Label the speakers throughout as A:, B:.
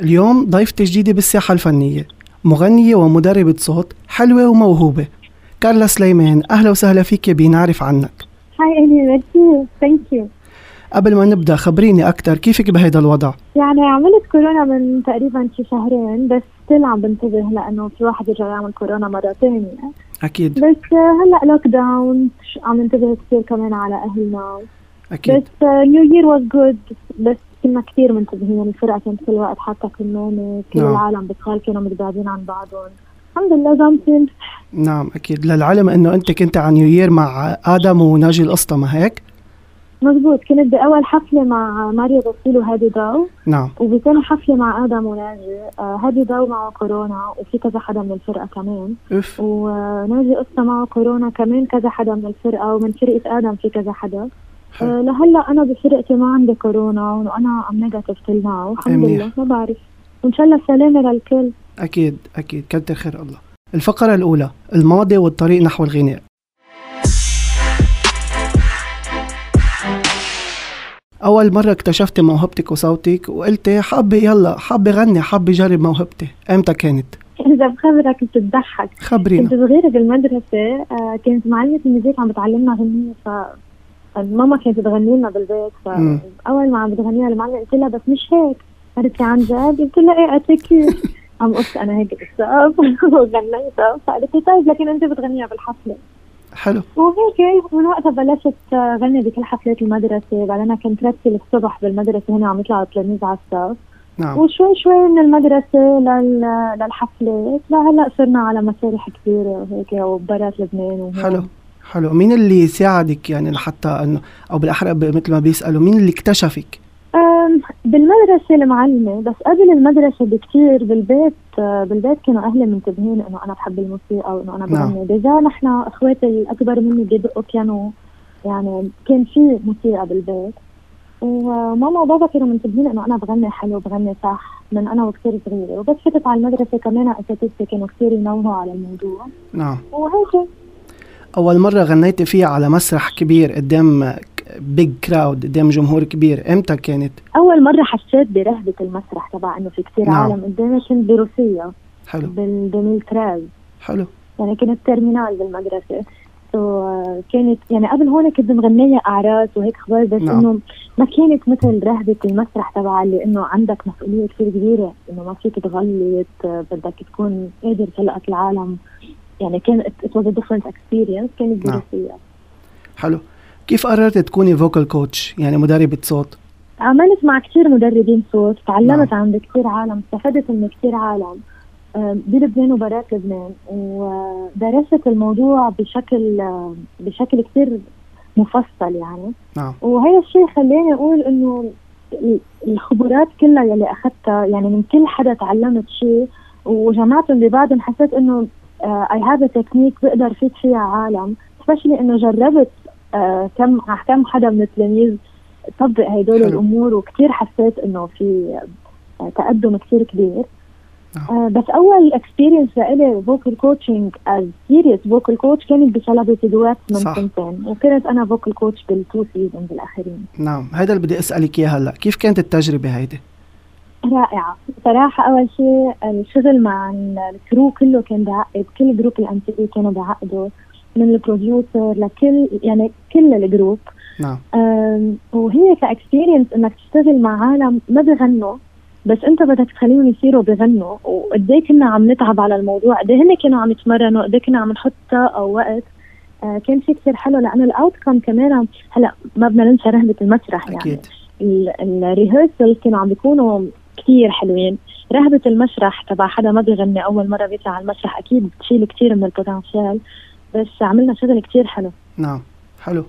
A: اليوم ضيفتي جديدة بالساحة الفنية مغنية ومدربة صوت حلوة وموهوبة كارلا سليمان أهلا وسهلا فيك بنعرف عنك
B: هاي إلي ميرسي ثانك يو
A: قبل ما نبدأ خبريني أكثر كيفك بهيدا الوضع
B: يعني عملت كورونا من تقريبا شي شهرين بس ستيل عم بنتبه لانه في واحد يرجع يعمل كورونا مره ثانيه
A: أكيد
B: بس آه، هلا لوك داون عم ننتبه كثير كمان على اهلنا
A: أكيد
B: بس آه، نيو يير واز جود بس كنا كثير منتبهين يعني الفرقه كانت كل الوقت حاطه كمامه كل
A: نعم.
B: العالم بتخال كانوا متباعدين عن بعضهم الحمد لله زمتل
A: نعم أكيد للعلم أنه أنت كنت عن نيوير مع آدم وناجي القسطى ما هيك
B: مزبوط كنت بأول حفلة مع ماريا بسيل وهادي ضو
A: نعم
B: وبثاني حفلة مع آدم وناجي آه، هادي ضو معه كورونا وفي كذا حدا من الفرقة كمان
A: أف
B: وناجي قصة معه كورونا كمان كذا حدا من الفرقة ومن فرقة آدم في كذا حدا
A: حلو.
B: آه، لهلا أنا بفرقتي ما عندي كورونا وأنا أم نيجاتيف تل ناو الحمد
A: منيح.
B: لله ما بعرف وإن شاء الله السلامة للكل
A: أكيد أكيد كتر خير الله الفقرة الأولى الماضي والطريق نحو الغناء أول مرة اكتشفت موهبتك وصوتك وقلتي حابة يلا حابة غني حابة جرب موهبتي إمتى كانت؟
B: إذا بخبرك بتضحك
A: خبرينا
B: كنت صغيرة بالمدرسة آه، كانت معلمة الميوزك عم بتعلمنا غنية ف ماما كانت تغني لنا بالبيت
A: مم.
B: فاول ما عم بتغنيها المعلمة قلت لها بس مش هيك قالت لي عن جد قلت لها ايه قالت لي كيف عم قص انا هيك بالصف وغنيتها فقالت لي طيب لكن انت بتغنيها بالحفلة
A: حلو
B: وهيك من وقتها بلشت آه، غني بكل حفلات المدرسة بعدين كنت رتل الصبح بالمدرسة هنا عم يطلعوا التلاميذ على الصف
A: نعم
B: وشوي شوي من المدرسة لل- للحفلات لهلا صرنا على مسارح كبيرة وهيك وبرات لبنان وهون.
A: حلو حلو مين اللي ساعدك يعني لحتى أنه أو بالأحرى ب- مثل ما بيسألوا مين اللي اكتشفك؟
B: أم، بالمدرسة المعلمة بس قبل المدرسة بكتير بالبيت آه، بالبيت كانوا أهلي منتبهين إنه أنا بحب الموسيقى وإنه أنا
A: نعم.
B: بغني بجا نحن إخواتي الأكبر مني بيدقوا كانوا يعني كان في موسيقى بالبيت وماما وبابا كانوا منتبهين إنه أنا بغني حلو بغني صح من أنا وكتير صغيرة وبس فتت على المدرسة كمان أساتذتي كانوا كتير ينوهوا على الموضوع
A: نعم
B: وهيك
A: أول مرة غنيتي فيها على مسرح كبير قدام بيج كراود قدام جمهور كبير إمتى كانت؟
B: أول مرة حسيت برهبة المسرح تبع إنه في كتير
A: نعم.
B: عالم قدامي كنت بروسيا
A: حلو
B: بالدميل تراز
A: حلو
B: يعني كنت ترمينال بالمدرسة سو كانت يعني قبل هون كنت مغنية أعراس وهيك أخبار بس
A: نعم.
B: إنه ما كانت مثل رهبة المسرح تبع اللي إنه عندك مسؤولية كثير كبيرة إنه ما فيك تغلط آه، بدك تكون قادر تلقط العالم يعني كان it was a different experience كانت
A: نعم.
B: دراسية
A: حلو كيف قررت تكوني فوكال كوتش يعني مدربة صوت
B: عملت مع كثير مدربين صوت تعلمت عند كثير عالم استفدت من كثير عالم آه، بلبنان وبرات لبنان ودرست الموضوع بشكل آه، بشكل كثير مفصل يعني
A: نعم
B: وهذا الشيء خلاني اقول انه ال- الخبرات كلها يلي اخذتها يعني من كل حدا تعلمت شيء وجمعتهم ببعضهم حسيت آه، انه اي هاف تكنيك بقدر فيد فيها عالم سبيشلي انه جربت آه، كم على كم حدا من التلاميذ طبق هدول
A: حلو.
B: الامور وكثير حسيت انه في آه، تقدم كثير كبير
A: نعم.
B: آه، بس اول اكسبيرينس لإلي فوكال كوتشنج از سيريس فوكال كوتش كانت بسلبرتي دوات من
A: صح.
B: سنتين وكانت انا فوكال كوتش بالتو سيزونز الاخرين
A: نعم هذا اللي بدي أسألك إياه هلا كيف كانت التجربة هيدي
B: رائعة صراحة أول شيء الشغل مع ال- الكرو كله كان بعقد كل جروب الام تي كانوا بعقدوا من البروديوسر لكل يعني كل الجروب
A: نعم
B: أم، وهي كاكسبيرينس انك تشتغل مع عالم ما بغنوا بس انت بدك تخليهم يصيروا بغنوا وقد إيه كنا عم نتعب على الموضوع قد إيه هن كانوا عم يتمرنوا قد إيه كنا عم نحط طاقه ووقت آه، كان شيء كثير حلو لانه الاوت كم كمان هلا ما بدنا ننسى رهبه المسرح يعني
A: أكيد
B: الريهرسل كانوا عم بيكونوا كتير حلوين رهبة المسرح تبع حدا ما بيغني أول مرة بيطلع على المسرح أكيد بتشيل كتير من البوتنشال بس عملنا شغل كتير حلو
A: نعم حلو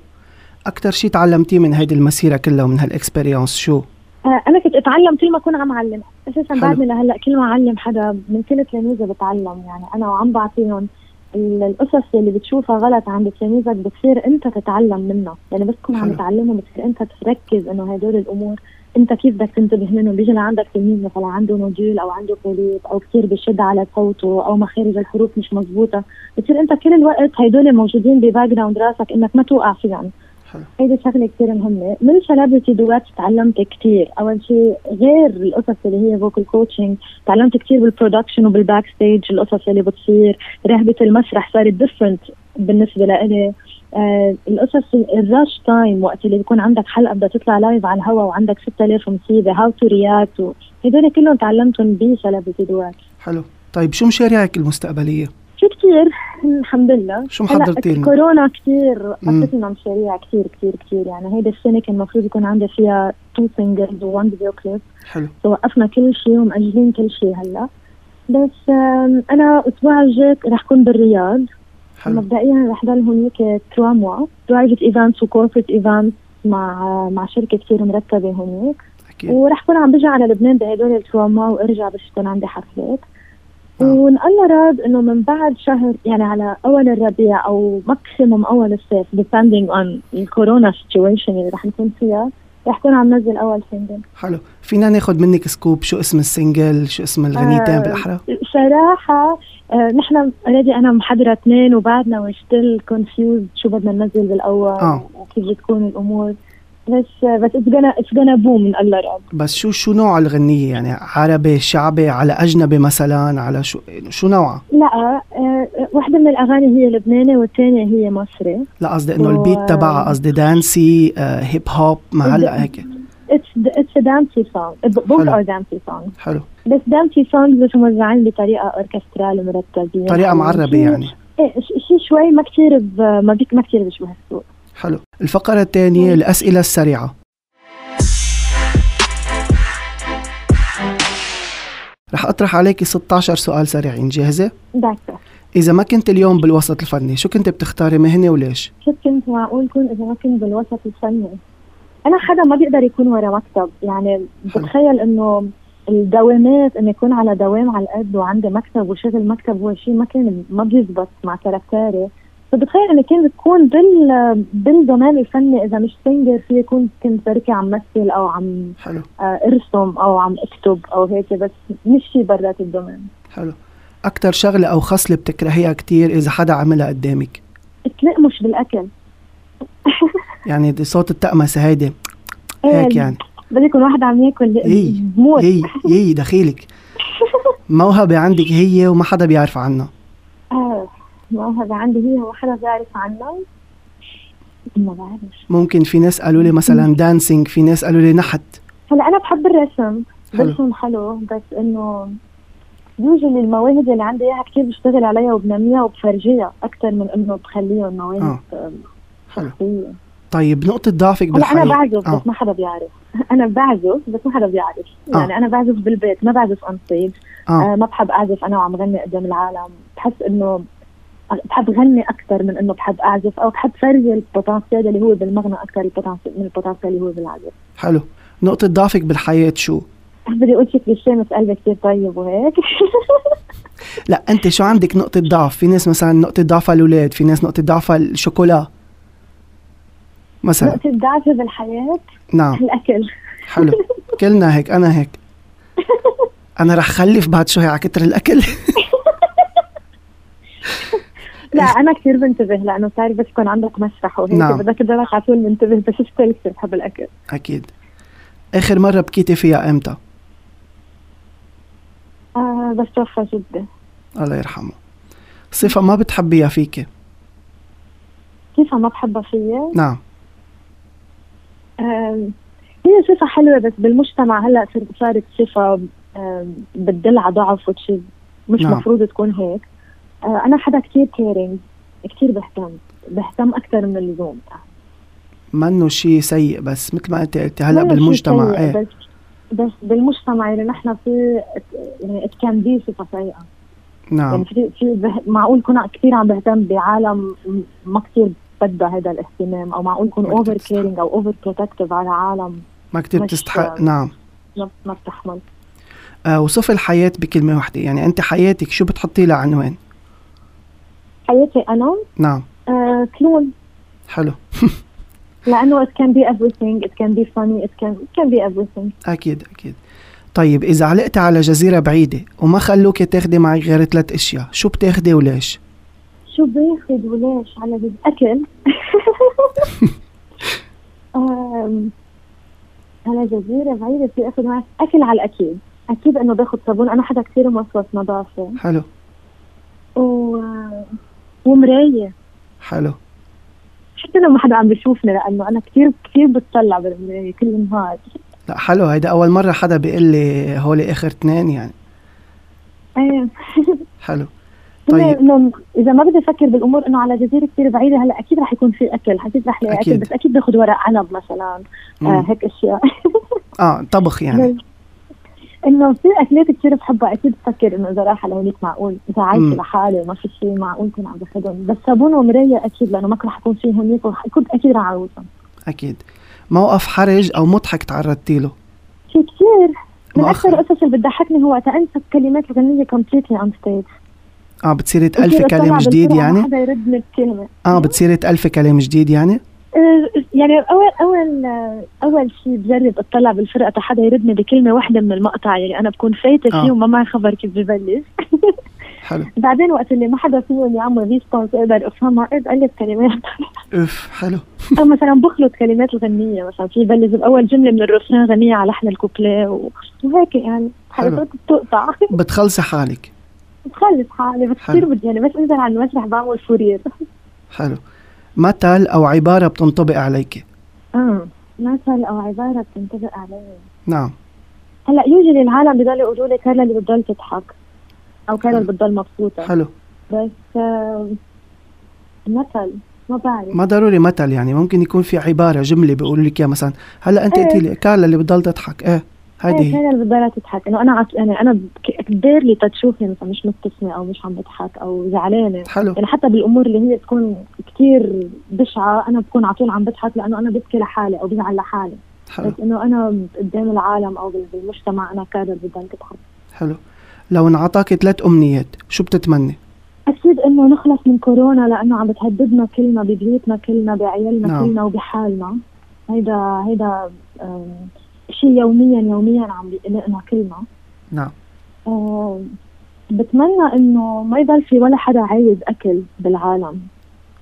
A: أكتر شيء تعلمتيه من هيدي المسيرة كلها ومن هالإكسبيرينس شو؟
B: آه، أنا كنت أتعلم كل ما أكون عم أعلم أساسا
A: حلو.
B: بعدني لهلا كل ما أعلم حدا من كل تلاميذة بتعلم يعني أنا وعم بعطيهم ال- القصص اللي بتشوفها غلط عند تلاميذك بتصير أنت تتعلم منها يعني بس تكون عم
A: حلو.
B: تعلمهم بتصير أنت تركز إنه هدول الأمور أنت كيف بدك تنتبه منهم بيجي لعندك تلميذ مثلا عنده نوديل أو عنده كوليت أو كثير بشد على صوته أو مخارج الحروف مش مزبوطة بتصير أنت كل الوقت هدول موجودين بباك جراوند راسك إنك ما توقع فيهم
A: حلو
B: هيدي شغله كثير مهمه من سيلبرتي دوات تعلمت كثير اول شيء غير القصص اللي هي فوكال كوتشنج تعلمت كثير بالبرودكشن وبالباك ستيج القصص اللي بتصير رهبه المسرح صارت ديفرنت بالنسبه لإلي آه القصص الراش تايم وقت اللي بيكون عندك حلقه بدها تطلع لايف على الهواء وعندك 6000 مصيبه هاو تو رياكت هدول كلهم تعلمتهم بسيلبرتي دوات
A: حلو طيب شو مشاريعك المستقبليه؟
B: في كثير الحمد لله
A: شو محضرتي لنا؟
B: كورونا كثير
A: مم.
B: حطتنا مشاريع كثير كثير كثير يعني هيدا السنه كان المفروض يكون عندي فيها تو سingles وون فيديو كليب
A: حلو
B: وقفنا كل شيء ومأجلين كل شيء هلا بس آم، انا الاسبوع الجاي رح كون بالرياض
A: حلو
B: مبدئيا رح ضل هناك تروا موا برايفت ايفنتس وكوربريت ايفنتس مع مع شركه كثير مرتبه هناك
A: اكيد
B: ورح كون عم برجع على لبنان بهدول التروا موا وارجع بس يكون عندي حفلات
A: نعم.
B: وان الله راد انه من بعد شهر يعني على اول الربيع او ماكسيموم اول الصيف depending on الكورونا situation اللي رح نكون فيها رح كون عم نزل اول سنجل
A: حلو فينا ناخد منك سكوب شو اسم السنجل شو اسم الغنيتين
B: آه.
A: بالاحرى
B: صراحة آه، نحن اوريدي انا محضرة اثنين وبعدنا وي ستيل كونفيوز شو بدنا ننزل بالاول
A: آه.
B: وكيف بتكون الامور بس آه، بس اتس gonna اتس gonna بوم من الله راد
A: بس شو شو نوع الغنية يعني عربي شعبي على أجنبي مثلا على شو شو نوعها؟
B: لا آه، وحدة من الاغاني هي لبناني والثانية هي مصري
A: لا قصدي إنه
B: و-
A: البيت تبعها قصدي دانسي آه هيب هوب ما هلا هيك
B: اتس اتس دانسي سونج بوث
A: حلو.
B: ار دانسي سونج
A: حلو
B: بس دانسي سونجز بس موزعين بطريقه اوركسترال مرتبين
A: طريقة معربة يعني
B: ايه شيء شوي ما كثير ب- ما بيك ما كثير بيشبه السوق
A: حلو الفقرة الثانية الأسئلة السريعة رح أطرح عليك 16 سؤال سريعين جاهزة؟
B: ذاك
A: إذا ما كنت اليوم بالوسط الفني شو كنت بتختاري مهنة وليش؟
B: شو كنت معقول كون اذا ما كنت بالوسط الفني انا حدا ما بيقدر يكون ورا مكتب يعني
A: حلو.
B: بتخيل انه الدوامات اني يكون على دوام على القد وعندي مكتب وشغل مكتب هو شيء ما كان ما بيزبط مع كاركتيري فبتخيل اني كنت تكون بال بالدومين الفني اذا مش سينجر في كنت كنت بركي عم مثل او عم
A: حلو
B: آه، ارسم او عم اكتب او هيك بس مش شيء برات الدومين
A: حلو أكتر شغلة أو خصلة بتكرهيها كتير إذا حدا عملها قدامك
B: اتلقمش بالاكل
A: يعني دي صوت التقمسة هيدي هيك يعني
B: بده يكون واحد عم ياكل
A: إيه.
B: موت
A: يي يي دخيلك موهبة عندك هي وما حدا بيعرف عنها
B: آه، موهبة عندي هي هو حدا بيعرف عنها ما بعرفش
A: ممكن في ناس قالوا لي مثلا دانسينج في ناس قالوا لي نحت
B: هلا أنا بحب الرسم
A: حلو.
B: برسم حلو بس إنه يوجد المواهب اللي عندي إياها كتير بشتغل عليها وبنميها وبفرجيها أكثر من إنه بخليهم مواهب آه.
A: حلو
B: شخصية
A: طيب نقطة ضعفك
B: هلا أنا
A: بالحياة
B: بعزف
A: آه.
B: بس ما حدا بيعرف أنا بعزف بس ما حدا بيعرف يعني أنا بعزف بالبيت ما بعزف أون ستيج
A: آه.
B: آه ما بحب اعزف انا وعم غني قدام العالم بحس انه بحب غني اكثر من انه بحب اعزف او بحب فرجي البوتنسيال اللي هو بالمغنى اكثر البوتنسيال من البوتنسيال اللي هو بالعزف
A: حلو نقطة ضعفك بالحياة شو
B: بدي اقول شكلي الشمس قلبي كثير طيب وهيك
A: لا أنت شو عندك نقطة ضعف في ناس مثلا نقطة ضعفها الأولاد في ناس نقطة ضعفها الشوكولا مثلا
B: نقطة ضعفي بالحياة
A: نعم
B: الاكل
A: حلو كلنا هيك انا هيك انا رح خلف بعد شوي على كتر الاكل
B: لا انا كثير بنتبه لانه صار بس يكون عندك مسرح وهيك
A: نعم.
B: بدك تضلك على طول منتبه بس ستيل كثير بحب الاكل
A: اكيد اخر مره بكيتي فيها امتى
B: آه بس توفى جدا
A: الله يرحمه صفه ما بتحبيها فيكي
B: كيف ما بحبها فيا
A: نعم
B: آم، هي صفة حلوة بس بالمجتمع هلا صار- صارت صفة آم، بتدل على ضعف وتشيز مش
A: نعم.
B: مفروض تكون هيك آه، أنا حدا كتير كيرينج كتير بهتم بهتم أكثر من اللزوم
A: منه شيء سيء بس مثل ما انت قلتي هلا
B: منه شي
A: بالمجتمع
B: سيء،
A: ايه
B: بس بس بالمجتمع اللي نحن فيه يعني كان دي صفة سيئة يعني
A: نعم
B: في في به- معقول كون كثير عم بهتم بعالم م- ما كثير بدها هذا الاهتمام او معقول كون
A: ما كتير
B: اوفر
A: بتستحق.
B: كيرينج او اوفر بروتكتيف على عالم
A: ما كتير
B: مش-
A: بتستحق نعم
B: ما- ما بتحمل
A: آه وصف الحياه بكلمه وحده يعني انت حياتك شو بتحطي لها عنوان
B: حياتي انا
A: نعم
B: آه، كلون
A: حلو
B: لانه it can be everything it can be funny it can it can be everything
A: اكيد اكيد طيب اذا علقتي على جزيره بعيده وما خلوكي تاخدي معك غير ثلاث اشياء شو بتاخدي وليش
B: شو باخذ وليش على الاكل أم، على جزيرة بعيدة بدي اخذ معي اكل على الاكيد اكيد انه باخذ صابون انا حدا كثير موسوس نظافة
A: حلو
B: و... ومراية
A: حلو
B: حتى لما حدا عم بيشوفني لانه انا كثير كثير بتطلع بالمراية كل نهار
A: لا حلو هيدا أول مرة حدا بيقول لي هولي آخر اتنين يعني
B: ايه
A: حلو
B: طيب.
A: طيب
B: انه اذا ما بدي افكر بالامور انه على جزيره كثير بعيده هلا اكيد رح يكون في اكل اكيد رح الاقي اكل
A: أكيد.
B: بس اكيد باخذ ورق عنب مثلا آه
A: مم.
B: هيك اشياء
A: آه طبخ يعني
B: بس انه في اكلات كثير بحبها اكيد بفكر انه اذا رايحه لهونيك معقول اذا
A: مم.
B: عايشه لحالي وما في شيء معقول كون عم باخذهم بس صابون ومرايه اكيد لانه ما رح يكون في هونيك ورح يكون اكيد رح اعوزهم
A: أكيد موقف حرج أو مضحك تعرضتي له
B: في كثير من اكثر
A: مؤخرا
B: القصص اللي بتضحكني هو وقت انسى الكلمات الغنيه كومبليتلي اون ستيج
A: آه بتصيري تألفي كلام جديد يعني
B: حدا يرد لي الكلمه
A: آه بتصيري تألفي كلام جديد يعني
B: يعني اول اول اول شيء بجرب اطلع بالفرقه تا حدا يردني بكلمه واحده من المقطع يعني انا بكون فايته
A: آه.
B: فيه وما معي خبر كيف ببلش
A: حلو
B: بعدين وقت اللي ما حدا فيهم يعمل ريسبونس اقدر افهمها اقعد اقلب إيه، كلمات
A: أوف حلو
B: او مثلا بخلط كلمات الغنيه مثلا في بلش باول جمله من الروسان غنيه على لحن الكوبليه و- وهيك يعني
A: حلو.
B: حركات بتقطع
A: بتخلصي حالك
B: بخلص حالي بس كثير بدي يعني بس انزل على المسرح بعمل فورير
A: حلو مثل أو عبارة بتنطبق عليك
B: اه مثل او عباره بتنطبق علي
A: نعم
B: هلا يوجد العالم بضل يقولوا لي كارلا اللي بتضل تضحك او كارلا اللي بتضل مبسوطه
A: حلو
B: بس آم، مثل ما بعرف
A: ما ضروري مثل يعني ممكن يكون في عبارة جملة بيقولوا لك إياها مثلا هلا أنت
B: إيه.
A: قلتي لي كارلا اللي بتضل تضحك إيه
B: هي
A: هيدي هي
B: كارلا اللي بتضل تضحك انه انا عط... يعني انا انا بيرلي تتشوفني مثلا مش مبتسمه او مش عم بضحك او زعلانه
A: حلو
B: يعني حتى بالامور اللي هي بتكون كثير بشعه انا بكون على طول عم بضحك لانه انا ببكي لحالي او بزعل لحالي
A: حلو
B: بس انه انا قدام العالم او بال- بالمجتمع انا كارلا اللي بتضل تضحك
A: حلو لو انعطاكي ثلاث أمنيات شو بتتمني؟
B: أكيد إنه نخلص من كورونا لأنه عم بتهددنا كلنا ببيوتنا كلنا بعيالنا
A: نعم.
B: نعم. كلنا وبحالنا هيدا هيدا آم، شيء يوميا يوميا عم بيقلقنا كلنا
A: نعم
B: آم، بتمنى إنه ما يضل في ولا حدا عايز أكل بالعالم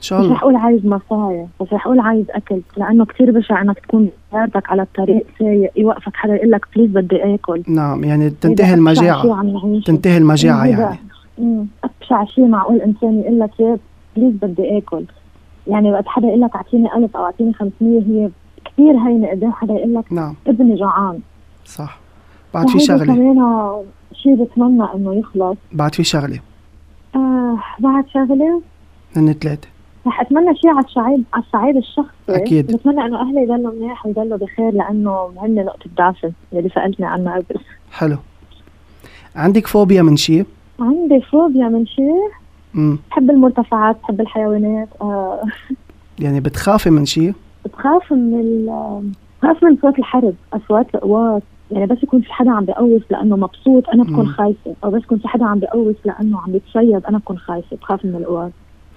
A: إن شاء
B: مش
A: الله
B: رح أقول عايز مصايا بس رح أقول عايز أكل لأنه كثير بشع إنك تكون سيارتك على الطريق سايق يوقفك حدا يقول لك بليز بدي آكل
A: نعم يعني
B: هيدا
A: تنتهي
B: أبشع شيء
A: المجاعة
B: عم نعيشه.
A: تنتهي المجاعة
B: هيدا-
A: يعني
B: مم. ابشع شيء معقول انسان يقول لك يا بليز بدي اكل يعني وقت حدا يقول لك اعطيني 1000 او اعطيني 500 هي كثير هينه قدام حدا يقول لك
A: نعم
B: ابني جوعان
A: صح بعد في
B: فهيدا
A: شغلة
B: كمان شيء بتمنى انه يخلص
A: بعد في شغلة
B: آه بعد شغله
A: هن ثلاثة
B: رح اتمنى شيء على الصعيد على الصعيد الشخصي
A: أكيد.
B: بتمنى انه اهلي يضلوا منيح ويضلوا بخير لانه هن نقطه ضعفي اللي سالتني عنها قبل
A: حلو عندك فوبيا من شيء؟
B: عندي فوبيا من شيء
A: امم
B: بحب المرتفعات بحب الحيوانات آه
A: يعني بتخافي من شيء؟
B: بخاف من ال- بخاف من صوت الحرب اصوات الاقواس يعني بس يكون في حدا عم بيقوس لانه مبسوط انا بكون
A: مم.
B: خايفه او بس يكون في حدا عم بيقوس لانه عم بيتصيد انا بكون خايفه بخاف من القواس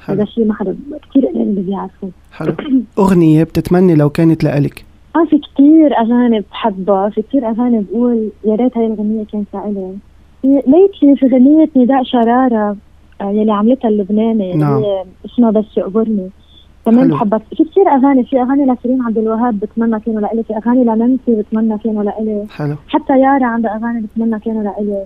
B: هذا
A: حلو
B: شيء ما حدا كثير قليل اللي بيعرفه
A: حلو أغنية بتتمني لو كانت لإلك
B: اه في كثير اغاني بحبها في كثير اغاني بقول يا ريت هاي الغنيه كانت لإلي في- ليتلي في غنيه نداء شراره آه، يلي عملتها اللبناني اللي
A: نعم.
B: هي اسمها بس يقبرني كمان
A: حلو.
B: بحبها في كثير اغاني في اغاني لشيرين عبد الوهاب بتمنى كانوا لإلي في اغاني لنانسي بتمنى كانوا لإلي
A: حلو
B: حتى يارا عندها اغاني بتمنى كانوا لإلي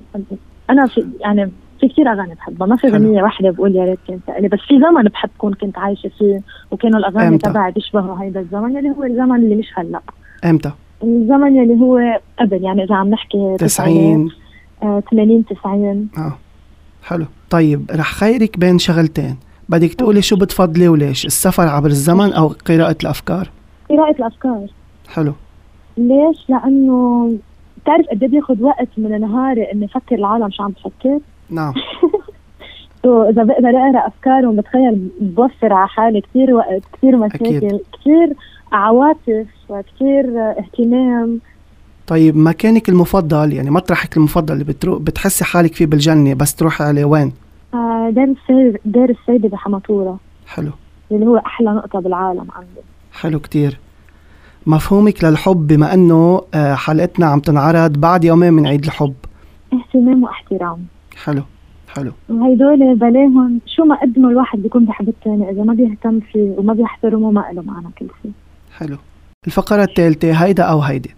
B: انا في يعني في كثير اغاني بحبها ما في
A: حلو.
B: غنيه واحده بقول يا ريت كانت لإلي بس في زمن بحب كون كنت عايشه فيه وكانوا الاغاني
A: إمتى؟
B: تبعي بيشبهوا هيدا الزمن اللي هو الزمن اللي مش هلا
A: إمتى؟
B: الزمن اللي هو قبل يعني اذا عم نحكي
A: 90
B: آه، 80 90
A: اه حلو طيب رح خيرك بين شغلتين بدك تقولي شو بتفضلي وليش السفر عبر الزمن او قراءة الافكار
B: قراءه الافكار
A: حلو
B: ليش؟ لانه بتعرف قد إيه بياخذ وقت من نهاري اني افكر العالم شو عم بفكر
A: نعم
B: سو اذا بقدر اقرا افكارهم بتخيل بوفر على حالي كثير وقت كثير مشاكل
A: أكيد.
B: كثير عواطف كثير اهتمام
A: طيب مكانك المفضل يعني مطرحك المفضل اللي بترو... بتحسي حالك فيه بالجنة بس تروحي عليه وين
B: آه، دار السيد دار السيدة بحمطورة
A: حلو
B: اللي هو احلى نقطة بالعالم عندي
A: حلو كتير مفهومك للحب بما انه آه، حلقتنا عم تنعرض بعد يومين من عيد الحب
B: اهتمام واحترام
A: حلو حلو
B: هيدول بلاهم شو ما قدموا الواحد بيكون بحب الثاني اذا ما بيهتم فيه وما بيحترمه ما له معنى كل شيء
A: حلو الفقرة الثالثة هيدا أو هيدي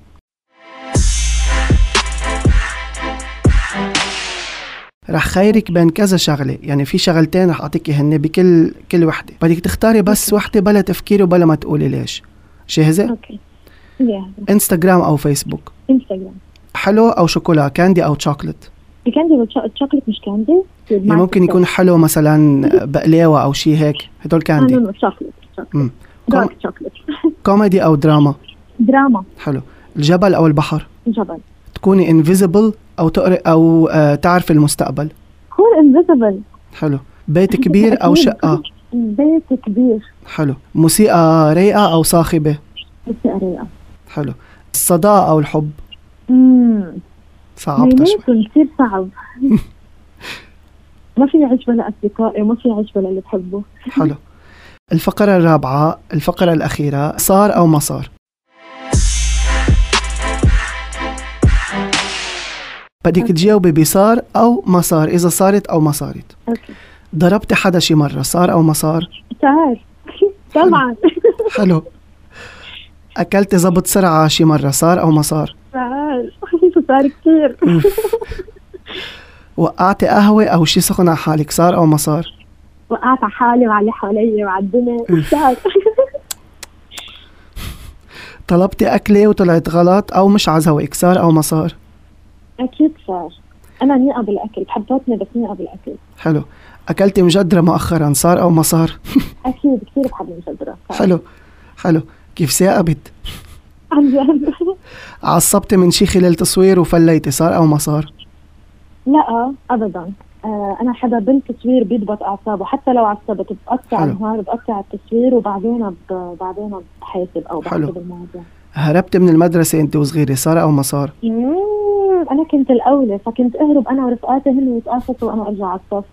A: رح خيرك بين كذا شغلة يعني في شغلتين رح أعطيك هن بكل كل وحدة بدك تختاري بس وحدة بلا تفكير وبلا ما تقولي ليش جاهزة؟
B: اوكي يا
A: انستغرام أو فيسبوك
B: انستغرام
A: حلو أو شوكولا كاندي أو شوكولات
B: كاندي ولا شوكليت مش كاندي
A: يعني ممكن يكون حلو مثلا بقلاوة أو شي هيك هدول كاندي
B: عندي شوكليت
A: مم. كوم-
B: دارك شوكليت
A: كوميدي أو دراما
B: دراما
A: حلو الجبل أو البحر
B: جبل
A: تكوني انفيزبل أو تقري أو آه تعرفي المستقبل
B: كون انفيزبل
A: حلو بيت كبير أو شقة
B: بيت كبير
A: حلو موسيقى رايقة أو صاخبة
B: بس قريقه
A: حلو الصداقة أو الحب آه،
B: امم
A: صعبتها شوي
B: بيناتهم كثير صعب ما في عيش بلا اصدقائي وما في عيش بلا اللي بحبه
A: حلو الفقرة الرابعة الفقرة الأخيرة صار أو ما صار بدك تجاوبي بصار أو ما صار إذا صارت أو ما صارت
B: اوكي
A: ضربتي حدا شي مرة صار أو ما صار
B: تعال طبعا
A: حلو أكلتي زبط سرعة شي مرة صار أو ما صار
B: تعال خفيفه صار كثير
A: وقعتي قهوة أو شي سخن على حالك صار أو ما صار
B: وقعت على حالي وعلى حوالي وعلى الدنيا تعال
A: طلبتي أكلة وطلعت غلط أو مش على ذوقك صار أو ما صار
B: اكيد صار انا نيئه بالاكل بحبتني بس نيئه بالاكل
A: حلو أكلتي مجدرة مؤخرا صار أو ما صار
B: اكيد كثير بحب المشدره
A: حلو حلو كيف ثاقبت
B: عن جد
A: عصبتي من شي خلال تصوير وفليتي صار أو ما صار
B: لا ابدا آه، انا حدا بالتصوير بيضبط اعصابه حتى لو عصبت بقطع
A: حلو.
B: النهار بقطع التصوير وبعدين ب- بعدين بحاسب او
A: حلو.
B: بحاسب الموضوع
A: هربتي من المدرسة أنت وصغيرة صار أو ما صار
B: مم، انا كنت الاولى فكنت اهرب انا ورفقاتي هن يتقاصصوا وانا ارجع على الصف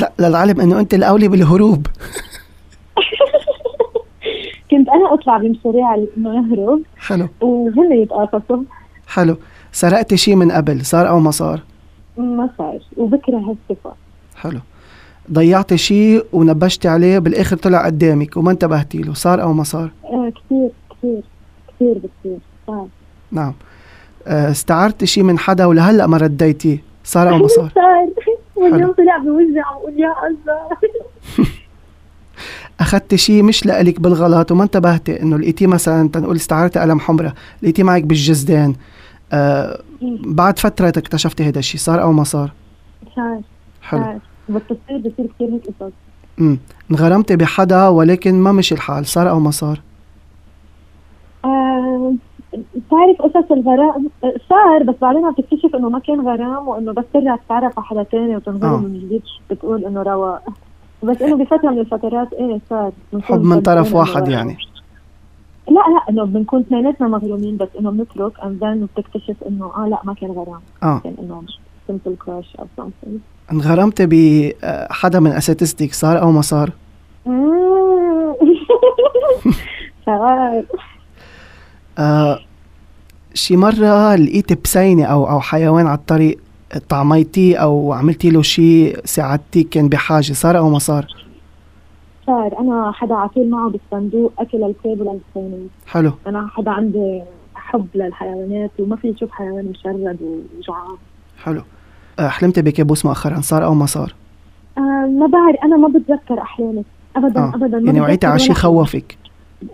A: لا للعلم أنه أنت الأولى بالهروب
B: كنت انا اطلع بمشاريع انه اهرب
A: حلو
B: وهن يتقاصصوا
A: حلو سرقتي شي من قبل صار أو ما صار
B: ما صار وبكره هالصفه
A: حلو ضيعتي شي ونبشتي عليه بالآخر طلع قدامك وما انتبهتي له صار أو ما صار
B: آه كثير كثير كثير بكثير صار
A: نعم آه، استعرتي شي من حدا ولهلأ ما رديتيه صار أو
B: أمم.
A: ما صار
B: صار واليوم طلع بوجعي عم بقول يا الله
A: اخذت شيء مش لإلك بالغلط وما انتبهتي انه لقيتيه مثلا تنقول استعرتي قلم حمراء لقيتيه معك بالجزدان آه بعد فتره اكتشفتي هذا الشيء صار او ما صار
B: صار
A: حلو
B: صار بالتصوير بصير كثير هيك قصص
A: امم انغرمتي بحدا ولكن ما مشي الحال صار او ما صار
B: آه، بتعرف قصص الغرام آه، صار بس بعدين عم تكتشف انه ما كان غرام وانه بس ترجع تتعرف على حدا تاني
A: آه.
B: وتنغرم من جديد بتقول انه رواق بس انه بفتره من الفترات ايه صار
A: حب من طرف واحد يعني
B: لا لا انه بنكون اثنيناتنا مغرومين بس انه بنترك اند ذن بتكتشف انه اه لا ما كان غرام
A: اه
B: كان انه سمبل كراش او something
A: انغرمتي بحدا آه، من اساتذتك صار او ما صار
B: مم. صار
A: آه شي مره لقيتي بسينه او او حيوان على الطريق طعميتيه او عملتي له شي ساعدتيه كان بحاجه صار او ما صار
B: صار انا حدا عاطيل معه بالصندوق اكل الكلاب وللحيوانات
A: حلو
B: انا حدا عندي حب للحيوانات وما في شوف حيوان مشرد وجوعان
A: حلو آه، حلمت بكابوس مؤخرا صار او ما صار
B: آه ما بعرف انا ما بتذكر احلامي ابدا
A: آه،
B: ابدا ما
A: يعني وعيتي
B: بتذكر
A: على شيء
B: ولا-
A: خوفك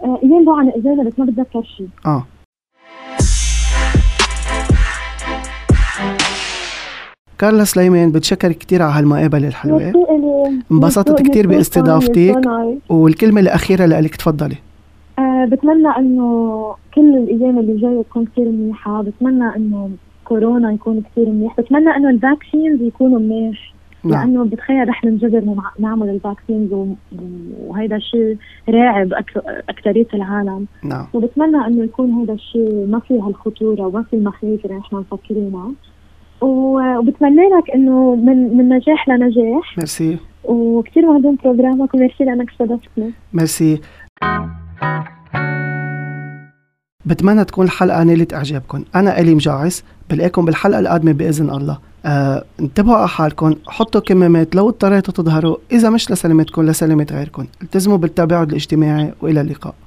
B: آه ايام ضوء عن ازاله بس ما بتذكر شيء
A: اه كارلا سليمان بتشكرك كثير على هالمقابله الحلوه
B: مبسوطة
A: انبسطت كتير باستضافتك. والكلمه الاخيره لك تفضلي
B: آه بتمنى انه كل الايام اللي جايه تكون كثير منيحه بتمنى انه كورونا يكون كثير منيح بتمنى انه الفاكسينز يكونوا منيح
A: نعم
B: لانه بتخيل رح ننجبر نع- نعمل الفاكسينز و- وهيدا الشيء راعب اكثريه العالم
A: نعم
B: وبتمنى انه يكون هذا الشيء ما في هالخطوره وما في المخاوف اللي نحن مفكرينها و- وبتمنى لك انه من من نجاح لنجاح
A: ميرسي
B: وكثير مهضوم بروجرامك وميرسي لانك صدفتني
A: ميرسي بتمنى تكون الحلقة نالت إعجابكم أنا إلي مجعس بلاقيكم بالحلقة القادمة بإذن الله آه، انتبهوا على حالكم حطوا كمامات لو اضطريتوا تظهروا إذا مش لسلامتكم لسلامة غيركم التزموا بالتباعد الاجتماعي وإلى اللقاء